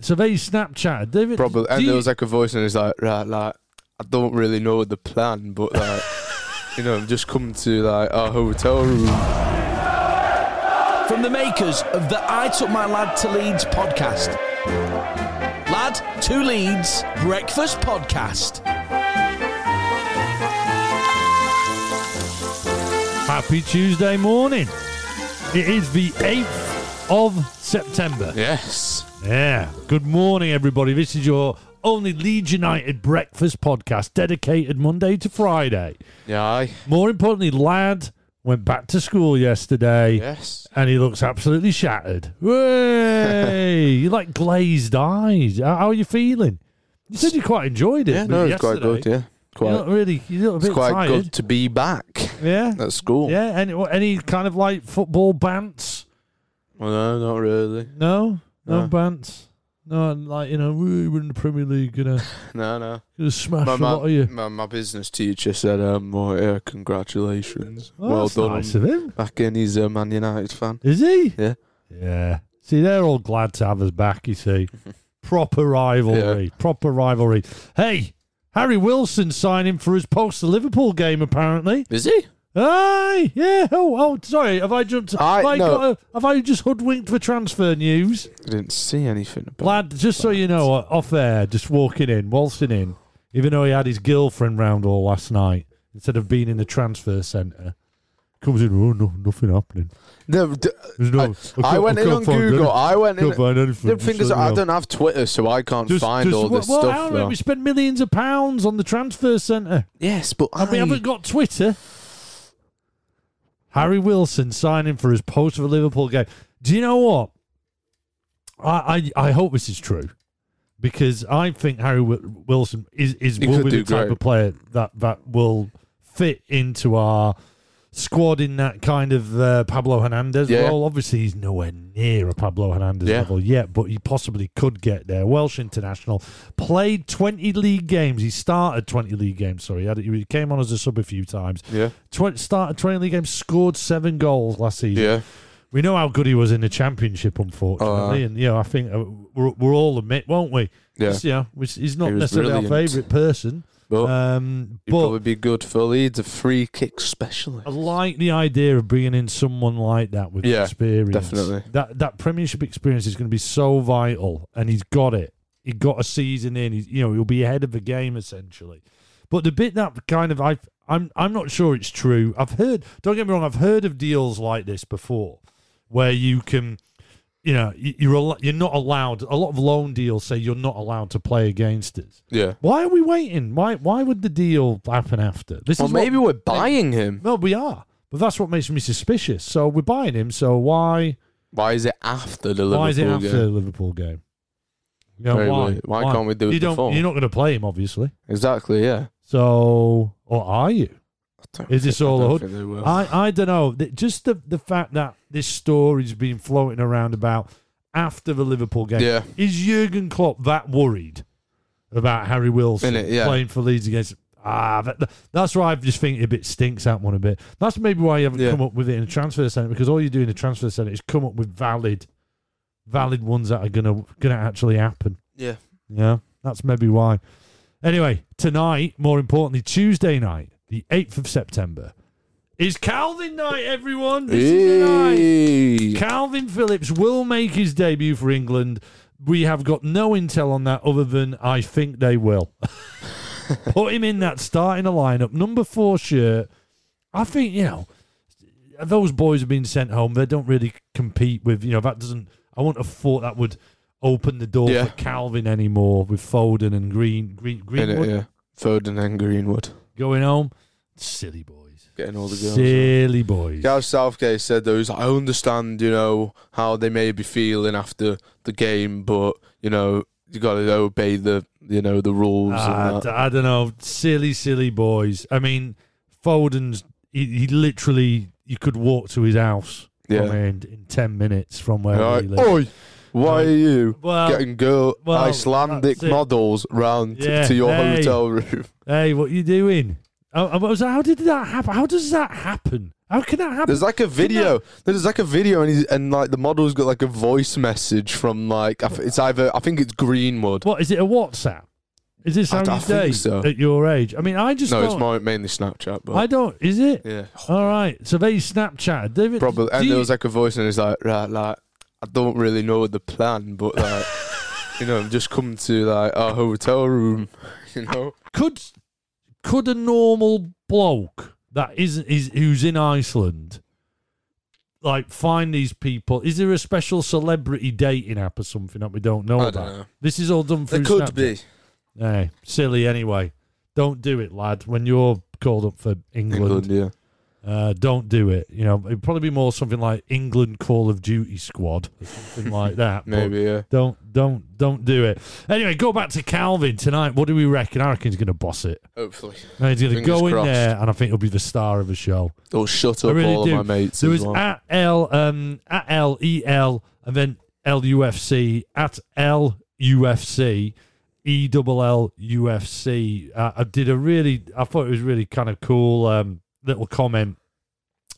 So they Snapchat. David, Probably. do And you- there was like a voice, and it's like, right, like, I don't really know the plan, but like, you know, I've just come to like our hotel room. From the makers of the I Took My Lad to Leeds podcast. Lad to Leeds Breakfast Podcast. Happy Tuesday morning. It is the 8th of September. Yes. Yeah. Good morning, everybody. This is your only Leeds United breakfast podcast dedicated Monday to Friday. Yeah. Aye. More importantly, lad went back to school yesterday Yes. and he looks absolutely shattered. Way! you like glazed eyes. How how are you feeling? You said you quite enjoyed it. Yeah. No, it's quite yesterday. good. Yeah. You Quite. look really, you look a bit It's quite tired. good to be back Yeah. at school. Yeah, any what- any kind of like football bants? Well, no, not really. No, no, No. bants. No, and like you know, "Woo, we're in the Premier League, gonna, No, no. gonna smash My, a lot of you. my, my, my business teacher said, um, well, yeah, congratulations. Oh, well that's done. nice of him. Back in, he's a Man United fan. Is he? Yeah. Yeah. See, they're all glad to have us back. You see, proper rivalry, proper rivalry. Hey, Harry Wilson signing for his post the Liverpool game apparently. Is he? Aye, yeah. Oh, oh, sorry. Have I jumped? I- have, I no. got a, have I just hoodwinked the transfer news? I didn't see anything about Lad, just so you know, uh, off air, just walking in, waltzing in, even though he had his girlfriend round all last night, instead of being in the transfer centre, comes in, oh, no, nothing happening. No, d- There's no, can't- I went in can't on find Google. any- I went in. can't find anything. The thing just is, so you I know. don't have Twitter, so I can't Just- find just- all this well, stuff. Well, though. we spend millions of pounds on the transfer centre, Yes, but I, and we haven't got Twitter. Harry Wilson signing for his post for Liverpool game. Do you know what? I, I, I hope this is true because I think Harry Wi- Wilson is, is He will could be the do type great. of player that, that will fit into our squad in that kind of uh, Pablo Hernandez Yeah. role. Obviously, he's nowhere near a Pablo Hernandez Yeah. level yet, but he possibly could get there. Welsh international played 20 league games. He started 20 league games, sorry. He, had, he came on as a sub a few times. yeah, Tw- started 20 league games, scored seven goals last season. yeah, We know how good he was in the championship, unfortunately, and you know I think uh, we're, we're all admit, won't we? Oh, yeah. Just, you know, which he's not He was necessarily our brilliant. favourite person, um, But uh, he'd but probably be good for Leeds, a free kick specialist. I like the idea of bringing in someone like that with Yeah, experience. definitely. that that Premiership experience is going to be so vital, and he's got it. He got a season in. He's, you know, he'll be ahead of the game essentially. But the bit that kind of I I'm I'm not sure it's true. I've heard. Don't get me wrong. I've heard of deals like this before, where you can. You know, you- you're al- you're not allowed. A lot of loan deals say you're not allowed to play against us. Yeah. Why are we waiting? Why why would the deal happen after? This Well, is what- maybe we're buying him. well, we are, but that's what makes me suspicious. So we're buying him. So why? Why is it after the Liverpool why is it after the game? Liverpool game? You know, Very why? weird. Why can't we do it You don't. before? You're not going to play him, obviously. Exactly. Yeah. So, or are you? I don't Is this think- I all Ah, a don't hood? think they will. I, I don't know. Just the the fact that this story's been floating around about after the Liverpool game. Yeah. Is Jurgen Klopp that worried about Harry Wilson Innit, yeah. playing for Leeds against? Ah, that, that's why I just think it a bit stinks that one a bit. That's maybe why you haven't Yeah. come up with it in a transfer centre because all you do in a transfer centre is come up with valid, valid ones that are gonna gonna actually happen. Yeah. Yeah, that's maybe why. Anyway, tonight, more importantly, Tuesday night, the eighth of September, is Calvin night. Everyone, this is the night. Hey. Calvin Phillips will make his debut for England. We have got no intel on that other than I think they will. Put him in that starting a lineup, number four shirt. I think, you know, those boys have been sent home. They don't really compete with, you know, that doesn't, I wouldn't have thought that would open the door Yeah. for Calvin anymore with Foden and Green, Green, Greenwood Innit, yeah. Foden and Greenwood going home. Silly boys. getting all the girls. Silly boys. Gareth Southgate said though, he's like, I understand, you know, how they may be feeling after the game, but you know, you got to obey the, you know, the rules. Ah, and that. I, don't know. Silly, silly boys. I mean, Foden's, he, he literally, you could walk to his house from yeah. here in, in 10 minutes from where he Like, lives. Oi, why Like, are you well, getting girl well, Icelandic that's it. models round t- Yeah, to your hey. hotel room? Uh, hey, what you doing? Oh, I was- How did that happen? How does that happen? How can that happen? There's like a video. There's like a video, and he's, and like the model's got like a voice message from like I f- it's either I think it's Greenwood. What is it? A WhatsApp? Is this I how d- I you think date so. at your age? I mean, I just No, don't, it's more, mainly Snapchat, but I don't. Is it? yeah, All right. So they Snapchat. David, probably. do And you- there was like a voice, and it's like right, like I don't really know the plan, but like you know, just come to like our hotel room, you know. could could a normal bloke that isn't is who's in Iceland like find these people? Is there a special celebrity dating app or something that we don't know I about? don't know. This is all done through. There Snapchat. could be Hey, silly anyway. Don't do it, lad. When you're called up for England, yeah. Uh, don't do it. You know, it'd probably be more something like England Call of Duty squad, or something like that. but Maybe, yeah. Don't, don't, don't do it. Anyway, go back to Calvin tonight. What do we reckon? I reckon he's going to boss it. Hopefully. And he's going to Fingers go in crossed. there, and I think he'll be the star of the show. Oh, shut I up, really all do. of my mates. There as was well. at L, um, at L E L, and then L U F C at L U F C. E double L U F C. Uh, I did a really, I thought it was really kind of cool um, little comment,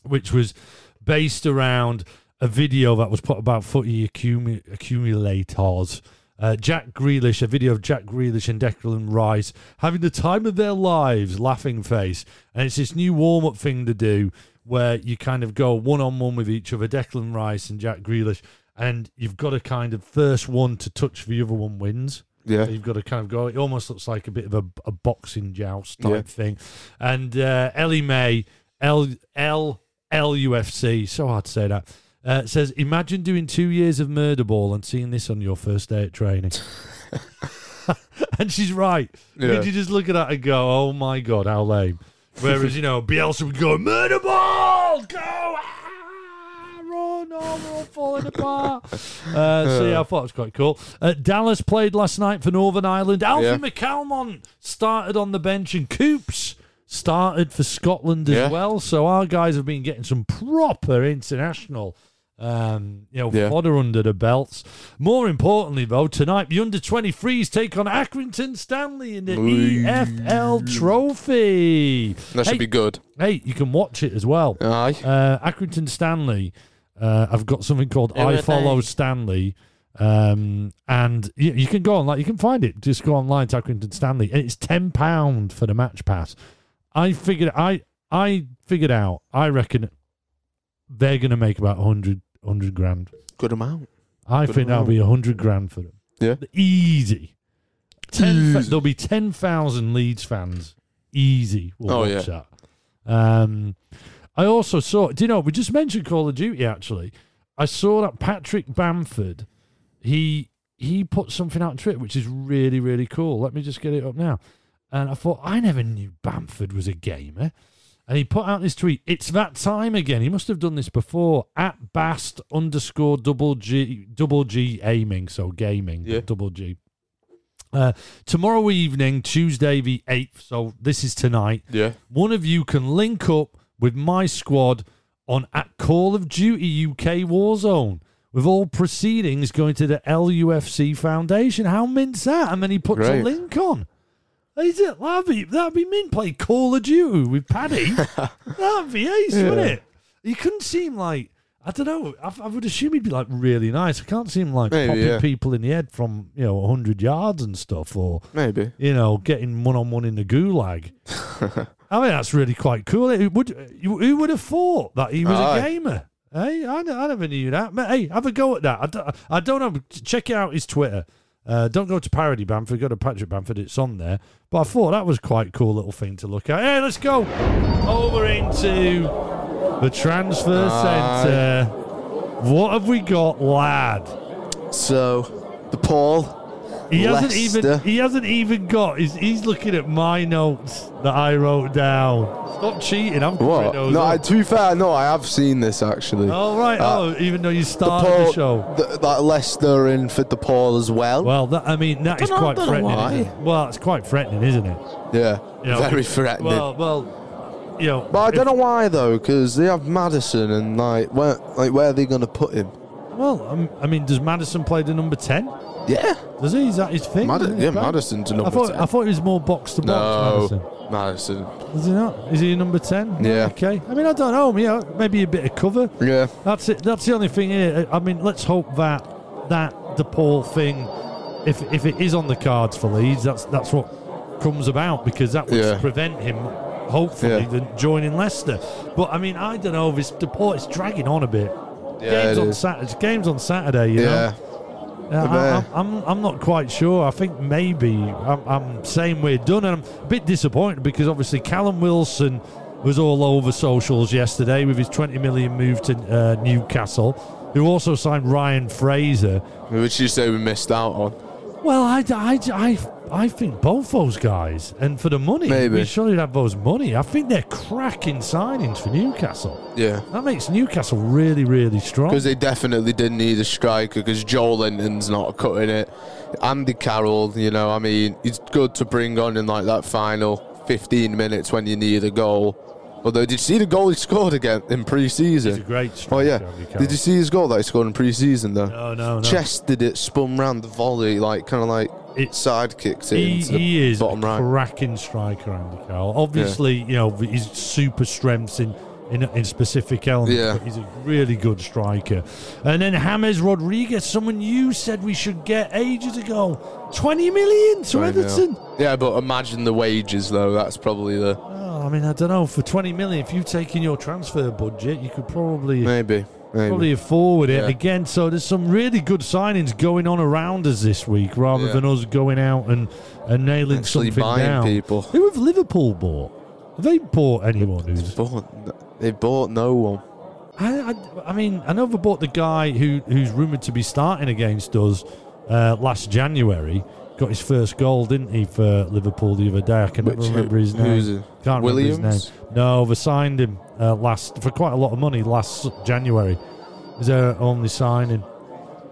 which was based around a video that was put about footy accumu- accumulators. Uh, Jack Grealish, a video of Jack Grealish and Declan Rice having the time of their lives, laughing face. And it's this new warm up thing to do where you kind of go one on one with each other, Declan Rice and Jack Grealish, and you've got to kind of first one to touch the other one wins. yeah. So you've got to kind of go. It almost looks like a bit of a, a boxing joust type Yeah. thing. And uh, Ellie May, L L L U F C. So hard to say that. Uh, says, imagine doing two years of murder ball and seeing this on your first day at training. and she's right. Yeah. Did you just look at that and go, oh my god, how lame? Whereas you know Bielsa would go, murder ball, go, ah, run, oh, we're all falling apart. Uh, so yeah, I thought it was quite cool. Uh, Dallas played last night for Northern Ireland. Alfie Yeah. McCalmont started on the bench, and Coops started for Scotland as Yeah. well. So our guys have been getting some proper international. Um, you know, Yeah. fodder under the belts. More importantly, though, tonight the under 23s take on Accrington Stanley in the Ooh. EFL Trophy. That hey, should be good. hey, you can watch it as well. Aye. Uh, Accrington Stanley, uh, I've got something called Who are I they? Follow Stanley. Um, and you, you can go online, you can find it. Just go online to Accrington Stanley, and it's £10 for the match pass. I figured, I, I figured out, I reckon they're going to make about 100, 100 grand. Good amount. I Good think that'll amount. be a hundred grand for them. Yeah. easy. Ten. fa- Easy. there'll be ten thousand Leeds fans. Easy. We'll Oh, watch that. Um, I also saw. Do you know? We just mentioned Call of Duty. Actually, I saw that Patrick Bamford. He he put something out on Twitter, which is really really cool. Let me just get it up now. And I thought I never knew Bamford was a gamer. And he put out this tweet. It's that time again. He must have done this before. At Bast underscore double G double G aiming. So gaming. Yeah. Double G. Uh, tomorrow evening, Tuesday the eighth. So this is tonight. Yeah. One of you can link up with my squad on at Call of Duty UK Warzone. With all proceedings going to the LUFC Foundation. How mint's that? And then he puts a Great. link on. Is it? That'd be, that'd be mint. Play Call of Duty with Paddy. that'd be ace, wouldn't it? He couldn't seem like. I don't know. I, I would assume he'd be like really nice. I can't see him like Maybe, popping yeah. people in the head from you know 100 yards and stuff, or Maybe. you know, getting one on one in the gulag. I mean, that's really quite cool. It would, you- who would have thought that he was a Aye. gamer? Hey, I, ne- I never knew that. But hey, have a go at that. I don't, I don't know. Check out his Twitter. Uh, don't go to Parody Bamford. Go to Patrick Bamford. It's on there. But I thought that was quite a cool little thing to look at. Hey, let's go over into the transfer Aye. centre. What have we got, lad? So, the Paul. He hasn't even Leicester. he hasn't even got he's, he's looking at my notes that I wrote down. Stop cheating, I'm covering What? those No, up. I, to be fair, no, I have seen this actually. Oh right, Uh, oh even though you the started the, Paul. show. th- that Leicester in for the Paul as well. Well that I mean that is Dunno, quite dunno threatening. why. isn't it? Well it's quite threatening, isn't it? yeah. You know, Very it- threatening. Well well you know but I don't if- know why though, because they have Madison and like where like where are they going to put him? Well um, I mean does Madison play the number ten? Yeah, Does he? Is that his thing? Mad- Is it yeah, his bag? Madison's a I number thought 10. I thought he was more box to box. Madison. no, Madison. Is he not? Is he a number ten? Yeah. Okay. I mean, I don't know. Yeah, maybe a bit of cover. Yeah, That's it. That's the only thing here. I mean, let's hope that that DePaul thing, if if it is on the cards for Leeds, that's that's what comes about because that would Yeah. prevent him, hopefully, Yeah. than joining Leicester. But I mean, I don't know if it's DePaul. It's dragging on a bit. yeah, games it on is. Saturday. Games on Saturday. You know. yeah. Yeah, Uh, I, Yeah. I'm, I'm, I'm not quite sure. I think maybe I'm, I'm saying we're done, and I'm a bit disappointed because obviously Callum Wilson was all over socials yesterday with his 20 million move to uh, Newcastle, who also signed Ryan Fraser. Which you say we missed out on? Well, I, I, I, I think both those guys, and for the money, Maybe. we surely have those money. I think they're cracking signings for Newcastle. Yeah. That makes Newcastle really, really strong. Because they definitely did need a striker because Joel Linton's not cutting it. Andy Carroll, you know, I mean, it's good to bring on in like that final 15 minutes when you need a goal. Although, did you see the goal he scored again in pre He's a season? great Oh, striker, yeah. Andy Carroll. Did you see his goal that he scored in pre season, though? No, no, no. Chested it, spun round the volley, like kind of like It- side kicked it He, into the he is a bottom right. cracking striker, Andy Carroll. Obviously, you know his super strengths in in, in specific elements. Yeah. But he's a really good striker. And then James Rodriguez, someone you said we should get ages ago, twenty million to Sorry, Neil. Everton. Yeah, but imagine the wages, though. That's probably the. Oh, I mean, I don't know. For twenty million, if you take in your transfer budget, you could probably Maybe. Maybe. probably forward it Yeah. again. So there's some really good signings going on around us this week, rather Yeah. than us going out and, and nailing Actually something buying down. people. Who have Liverpool bought? Have they bought anyone who's? Bought, they bought no one. I, I, I mean, I know they bought the guy who who's rumored to be starting against us uh, last January. Got his first goal, didn't he, for Liverpool the other day? I can never Which- who- remember his name. who's it? Can't remember his Williams? name. No, they signed him uh, last for quite a lot of money last s- January. It was their only signing,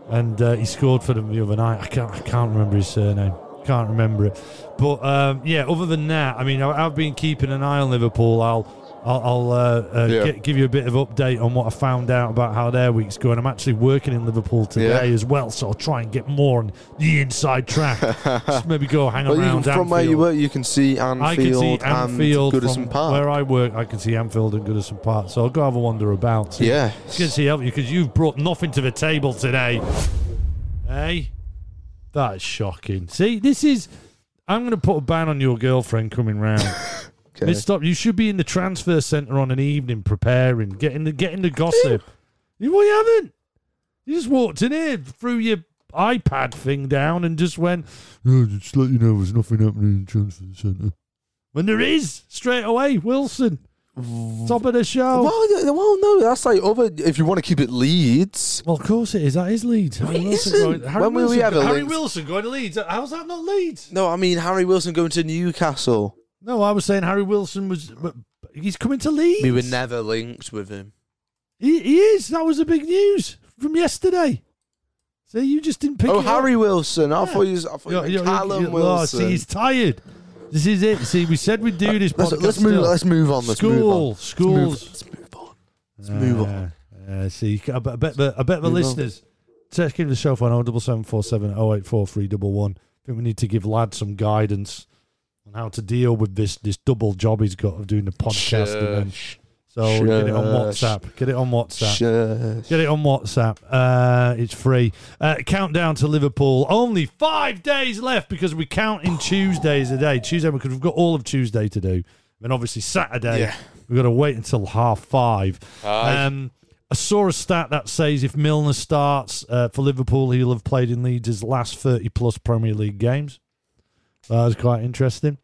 and uh, he scored for them the other night. I can't, I can't remember his surname. Can't remember it. But um, yeah, other than that, I mean, I, I've been keeping an eye on Liverpool. I'll, I'll, I'll uh, uh, Yeah. gi- give you a bit of update on what I found out about how their week's going. I'm actually working in Liverpool today Yeah. as well, so I'll try and get more on the inside track. Just maybe go hang Well, you around can, from where you Anfield. were, you can see I can Anfield, see Anfield and from Goodison Park. where I work. I can see Anfield and Goodison Park, so I'll go have a wander about. See yeah, it's good to see help you because you've brought nothing to the table today. Hey, that's shocking. See, this is. I'm going to put a ban on your girlfriend coming round. okay. Miss Stop, you should be in the transfer centre on an evening preparing, getting the getting the gossip. You, well, you haven't. You just walked in here, threw your iPad thing down, and just went. "Oh, just to let you know, there's nothing happening in the transfer centre. When there is, straight away, Wilson, top of the show. well, yeah, well, no, that's like other. If you want to keep it Leeds, Well, of course it is. That is Leeds. Harry It Wilson isn't. going- Harry When will we Wilson, have a Harry Leeds? Wilson going to Leeds. How's that not Leeds? no, I mean Harry Wilson going to Newcastle. No, I was saying Harry Wilson was. but He's coming to Leeds. We were never linked with him. He, he is. That was the big news from yesterday. So you just didn't pick Oh, it Harry up. Wilson! I Yeah. thought you, was, I thought you You're- meant you're- Callum you're- oh, Wilson. see, he's tired. This is it. See, we said we'd do this let's, podcast. let's move. still. Let's move on. Let's move on. School, Let's move on. schools. Let's move on. Let's move on. Uh, uh, see, I bet, I bet the, I bet the Move on. listeners. Check in the show phone oh, 07747 08431. I think we need to give Lad some guidance on how to deal with this this double job he's got of doing the podcast. and then, Shush. so get it on Shush. WhatsApp. Get it on WhatsApp. Shush. Get it on WhatsApp. Uh, it's free. Uh, countdown to Liverpool. Only five days left because we count in Tuesdays a day. Tuesday because we've got all of Tuesday to do. And obviously Saturday, Yeah. we've got to wait until half five. Aye. Um, I saw a stat that says if Milner starts uh, for Liverpool, he'll have played in Leeds' his last 30 plus Premier League games. That was quite interesting.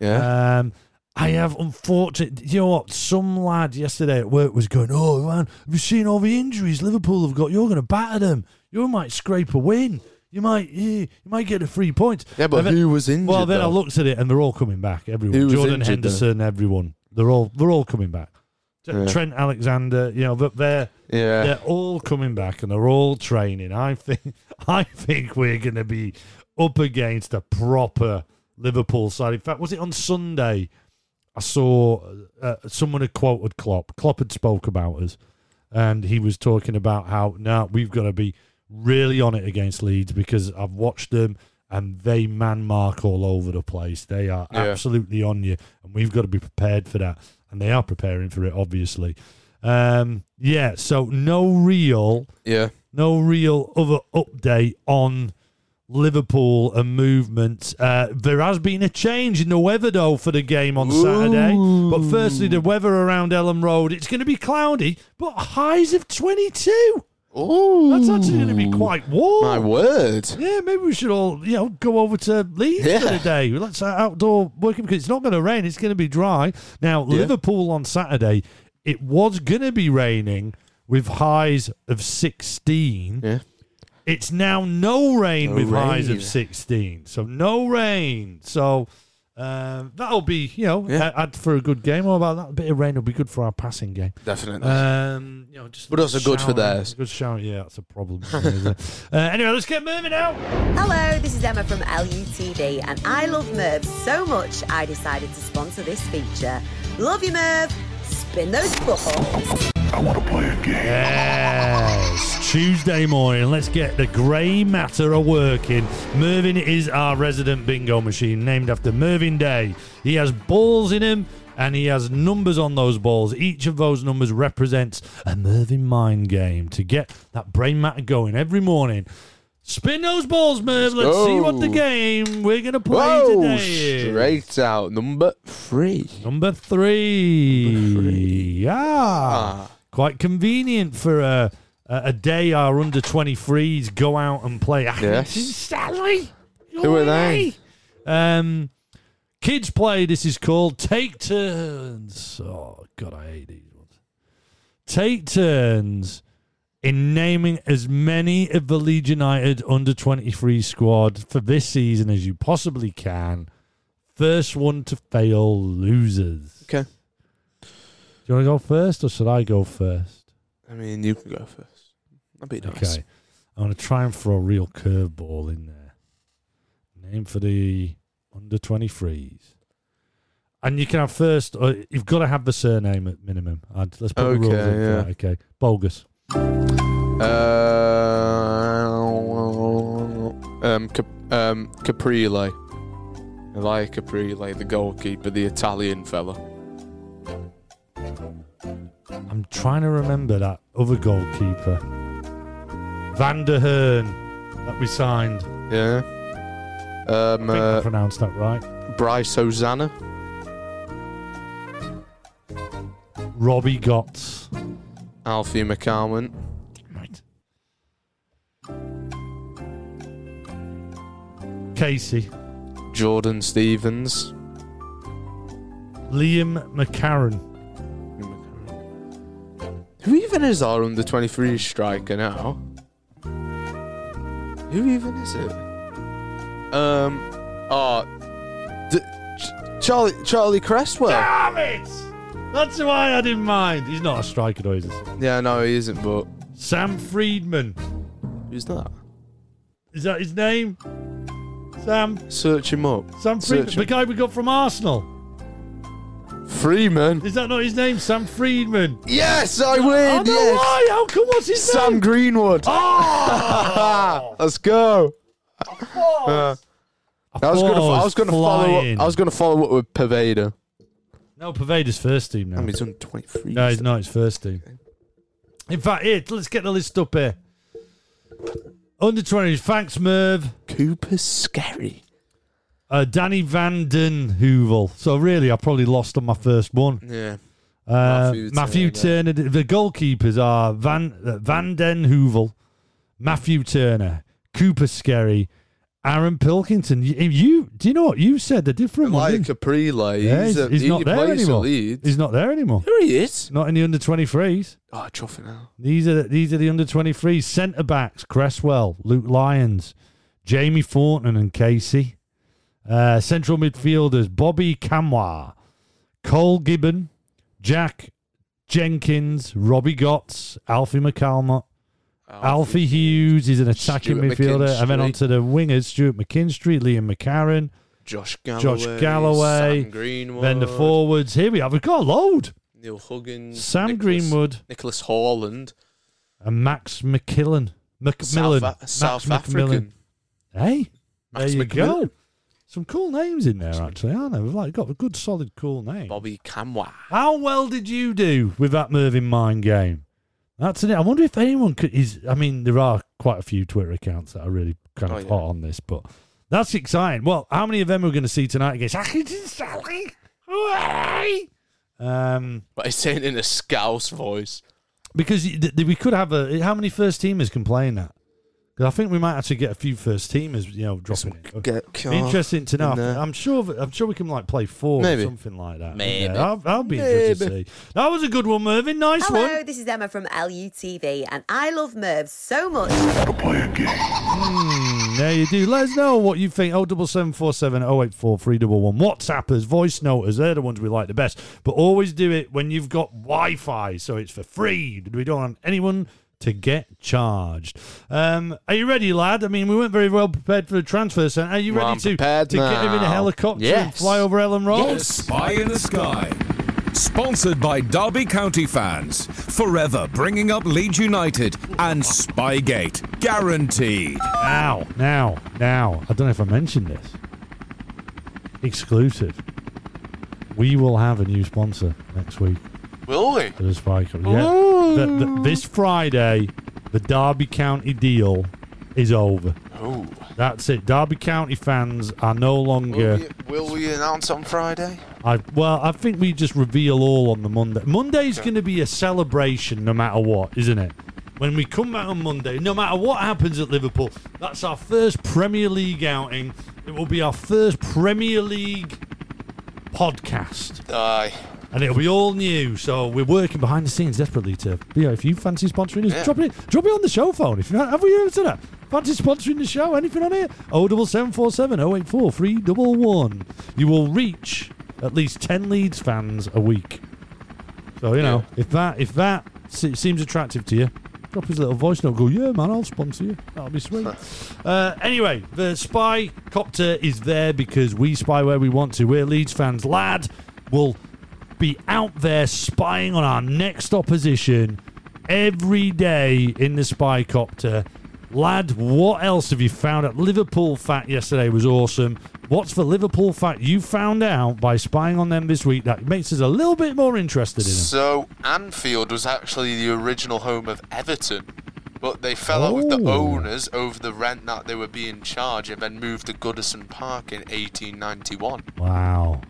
Yeah. Um, I have unfortunate. You know what? Some lad yesterday at work was going, "Oh man, have you seen all the injuries Liverpool have got? You're going to batter them. You might scrape a win. You might, eh, you might get a three points." yeah, but And then- who was injured? Well, then I though? looked at it, and they're all coming back. Everyone, Who was Jordan injured, though? Henderson, everyone. They're all they're all coming back. T- Yeah. Trent Alexander, you know, but they're Yeah. they're all coming back and they're all training. I think I think we're going to be up against a proper Liverpool side. In fact, was it on Sunday? I saw uh, someone had quoted Klopp. Klopp had spoke about us, and he was talking about how now we've got to be really on it against Leeds because I've watched them and they man mark all over the place. They are Yeah. absolutely on you, and we've got to be prepared for that. And they are preparing for it, obviously. Um, yeah, so no real, Yeah. no real other update on Liverpool and movement. Uh, there has been a change in the weather though for the game on Saturday. But firstly, the weather around Elm Road it's going to be cloudy, but highs of twenty two. Oh, That's actually going to be quite warm. My word. Yeah, maybe we should all, you know, go over to Leeds for the Yeah. day. Let's uh, outdoor working because it's not going to rain. It's going to be dry. Now, Yeah. Liverpool on Saturday, it was going to be raining with highs of 16. Yeah. It's now no rain No with highs rain. of 16. So, no rain. So, um, that'll be, you know, Yeah. uh, add for a good game. What about that? A bit of rain will be good for our passing game. Definitely. Um, you know, just But also good for showering. theirs. Good shower, yeah, that's a problem. isn't it? uh, anyway, let's get moving out. Hello, this is Emma from LUTV, and I love Merv so much I decided to sponsor this feature. Love you, Merv. Spin those footballs. Yes, Tuesday morning. Let's get the grey matter a working. Mervyn is our resident bingo machine, named after Mervyn Day. He has balls in him. And he has numbers on those balls. Each of those numbers represents a Mervyn mind game to get that brain matter going every morning. Spin those balls, Merv. Let's, see what the go. game we're going to play Whoa, today is. straight out. Number three. Number three. Yeah. Quite convenient for a, a, a day our under 23s go out and play. Yes. Stanley. Who are they? Um, kids play, this is called Take Turns. Oh, God, I hate these ones. Take turns in naming as many of the Leeds United under 23 squad for this season as you possibly can. First one to fail loses. Okay. Do you want to go first or should I go first? I mean, you can go first. That'd be nice. Okay. I'm going to try and throw a real curveball in there. Name for the under 23s. And you can have first, or you've got to have the surname at minimum. I'd, let's put the rules in Okay, for yeah. that, Okay. Bogus. Uh, um, Cap- um, Caprile. Elia Caprile, the goalkeeper, the Italian fella. I'm trying to remember that other goalkeeper. Van der Hearn that we signed. Yeah. Um, I think I uh, pronounced that right. Bryce Hosanna. Robbie Gotts. Alfie McCarman. Right. Casey. Jordan Stevens. Liam McCarron. Who even is our under 23 striker now? Who even is it? Um, oh, D- Ch- Charlie Charlie Cresswell. Damn it! That's who I had in mind. He's not a striker, though, is he? Yeah, no, he isn't. But Sam Friedman. who's that? Is that his name? Sam. Search him up. Sam Friedman. Search The him. guy we got from Arsenal. Freeman. Is that not his name? Sam Friedman. Yes, I win. I don't know yes, why. How come? What's his Sam name? Greenwood. Oh! Let's go. Uh, I was gonna. I was gonna follow up. I was gonna follow up with Pervader. No, Pervader's first team now. I mean, Oh, he's under 23. No, he's not his first team. In fact, here, let's get the list up here. Under 20s, thanks, Merv. Cooper Scary. Uh, Danny Van Den Hoovel. So, really, I probably lost on my first one. Yeah. Uh, Matthew, Mm-hmm. Matthew Turner. Turner. The goalkeepers are Van, uh, Van Den Hoovel, Matthew Turner, Cooper Skerry, Aaron Pilkington. You, you- do you know what? You said a different one. Like didn't you? Caprile. yeah, he's, he's, a, he's he not there plays anymore. For Leeds. He's not there anymore. there he is. Not in the under 23s. Oh, chuffing now. These are these are the under 23s. Centre backs Cresswell, Luke Lyons, Jamie Fortnan, and Casey. Uh, central midfielders Bobby Camwar, Cole Gibbon, Jack Jenkins, Robbie Gotts, Alfie McCalmont, Alfie Hughes is an attacking Stuart midfielder. And then McKinstry. onto the wingers Stuart McKinstry, Liam McCarron, Josh Galloway. Galloway, Sam Greenwood. then the forwards. Here we have, we've got a load. Neil Huggins. Sam Nicholas- Greenwood Nicholas Haaland. and Max McKillen. Macmillan. South, A- Max South Macmillan. African. Hey, Max there you Macmillan. go. Some cool names in there, actually, aren't there? We've like got a good, solid, cool name. Bobby Camwa. How well did you do with that Mervyn Mind game? That's it. I wonder if anyone could. Is I mean, there are quite a few Twitter accounts that are really kind Oh, of yeah. hot on this, but that's exciting. Well, how many of them are we going to see tonight against Accrington Sally? Hooray! Um, But he's saying in a scouse voice. because y- th- th- we could have a. How many first teamers can play in that? 'Cause I think we might actually get a few first teamers, you know, dropping in. Get Interesting to know. in there. I'm sure. that- I'm sure we can like play four Maybe. or something like that. Maybe. Yeah, I'll, I'll be interested to see. That was a good one, Mervyn. Nice Hello, one. this is Emma from LUTV, and I love Merv so much. There you do. Let us know what you think. Oh, double seven four seven oh eight four three double one. WhatsAppers, voice noters. They're the ones we like the best. But always do it when you've got Wi-Fi, so it's for free. We don't want anyone to get charged. Um, are you ready, lad? I mean, we weren't very well prepared for the transfer. So are you Well, ready I'm to prepared to get him in a now. helicopter and Yes. fly over Ellen Oh, Road? The Spy in the Sky. Sponsored by Derby County fans. Forever bringing up Leeds United and Spygate. Guaranteed. Now, now, now. I don't know if I mentioned this. Exclusive. We will have a new sponsor next week Will we? for the Spy Cup. Yeah. The, the, this Friday, the Derby County deal is over. Oh. That's it. Derby County fans are no longer. will we announce on Friday? I well, I think we just reveal all on the Monday. Monday's going to be a celebration, no matter what, isn't it? When we come back on Monday, no matter what happens at Liverpool, that's our first Premier League outing. It will be our first Premier League podcast, Aye. and it'll be all new. So we're working behind the scenes desperately to. You know, if you fancy sponsoring us, Yeah. drop it. Drop it on the show phone. If you have we ever said that. Fancy sponsoring the show? Anything on oh it? 07747 084 311. You will reach at least 10 Leeds fans a week. So, you know, if that if that se- seems attractive to you, drop us a little voice note. Go, yeah, man, I'll sponsor you. That'll be sweet. uh, anyway, the spy copter is there because we spy where we want to. We're Leeds fans. Lad will be out there spying on our next opposition every day in the spy copter. Lad, what else have you found out? Liverpool fact yesterday was awesome. What's the Liverpool fact you found out by spying on them this week that makes us a little bit more interested in them? So Anfield was actually the original home of Everton, but they fell out with the Oh. owners over the rent that they were being charged, and then moved to Goodison Park in 1891. Wow.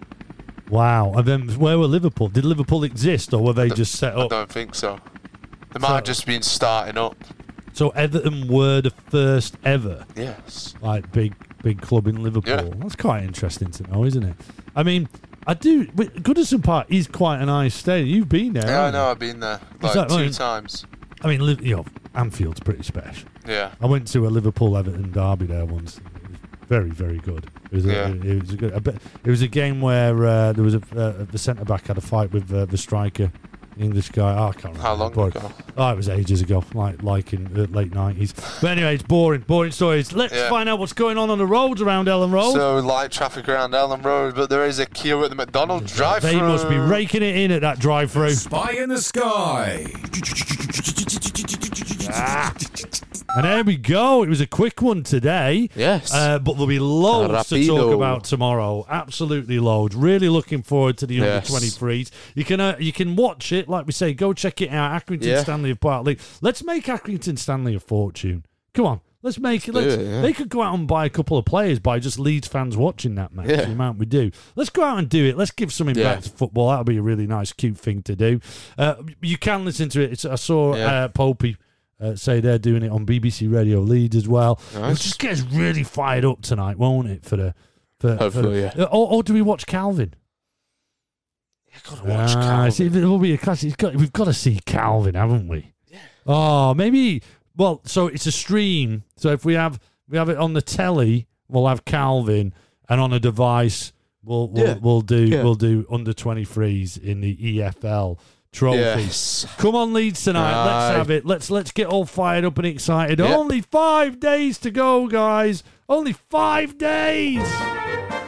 Wow. And then where were Liverpool? Did Liverpool exist or were they don't- just set I up? don't think so. They might have So- just been starting up. So Everton were the first ever Yes. like big big club in Liverpool. Yeah. That's quite interesting to know, isn't it? I mean, I do but Goodison Park is quite a nice stadium. You've been there. Yeah, I haven't know. I've been there like Mm. that two right? times. you? I mean, Liv- you know, Anfield's pretty special. Yeah. I went to a Liverpool Everton derby there once. It was very, very good. It was a, Yeah. it was a good. I bet it was a game where uh, there was a uh, the centre back had a fight with uh, the striker, the English guy. Oh, I can't remember. How long Boring. ago? Oh, it was ages ago, like like in the late nineties. But anyway, it's boring, boring stories. Let's Yeah. find out what's going on on the roads around Ellen Road. So light traffic around Ellen Road, but there is a queue at the McDonald's drive they must uh, be raking it in at that drive-through. Spy in the Sky. And there we go. It was a quick one today. Yes. Uh, but there'll be loads to Rapido. talk about tomorrow. Absolutely loads. Really looking forward to the under Yes. 23s. You can uh, you can watch it. Like we say, go check it out. Accrington Yeah. Stanley of Park League. Let's make Accrington Stanley a fortune. Come on. Let's make it. do Let's, it, yeah. They could go out and buy a couple of players by just Leeds fans watching that match. Yeah. The amount we do. Let's go out and do it. Let's give something Yeah. back to football. That'll be a really nice, cute thing to do. Uh, you can listen to it. It's, I saw Yeah. uh, Popey uh, say they're doing it on BBC Radio Leeds as well. It'll just get us really fired up tonight, won't it? For the for, Hopefully, for, yeah. Or, or do we watch Calvin? Gotta watch Ah, Calvin. see, it will be a classic. It's got- we've got to see Calvin, haven't we? Oh, maybe. Well, so it's a stream. So if we have we have it on the telly, we'll have Calvin, and on a device, we'll we'll, Yeah. we'll do Yeah. we'll do under twenty threes in the EFL trophy. Yes. Come on, Leeds tonight. Let's Aye. have it. Let's let's get all fired up and excited. Yep. Only five days to go, guys. Only five days.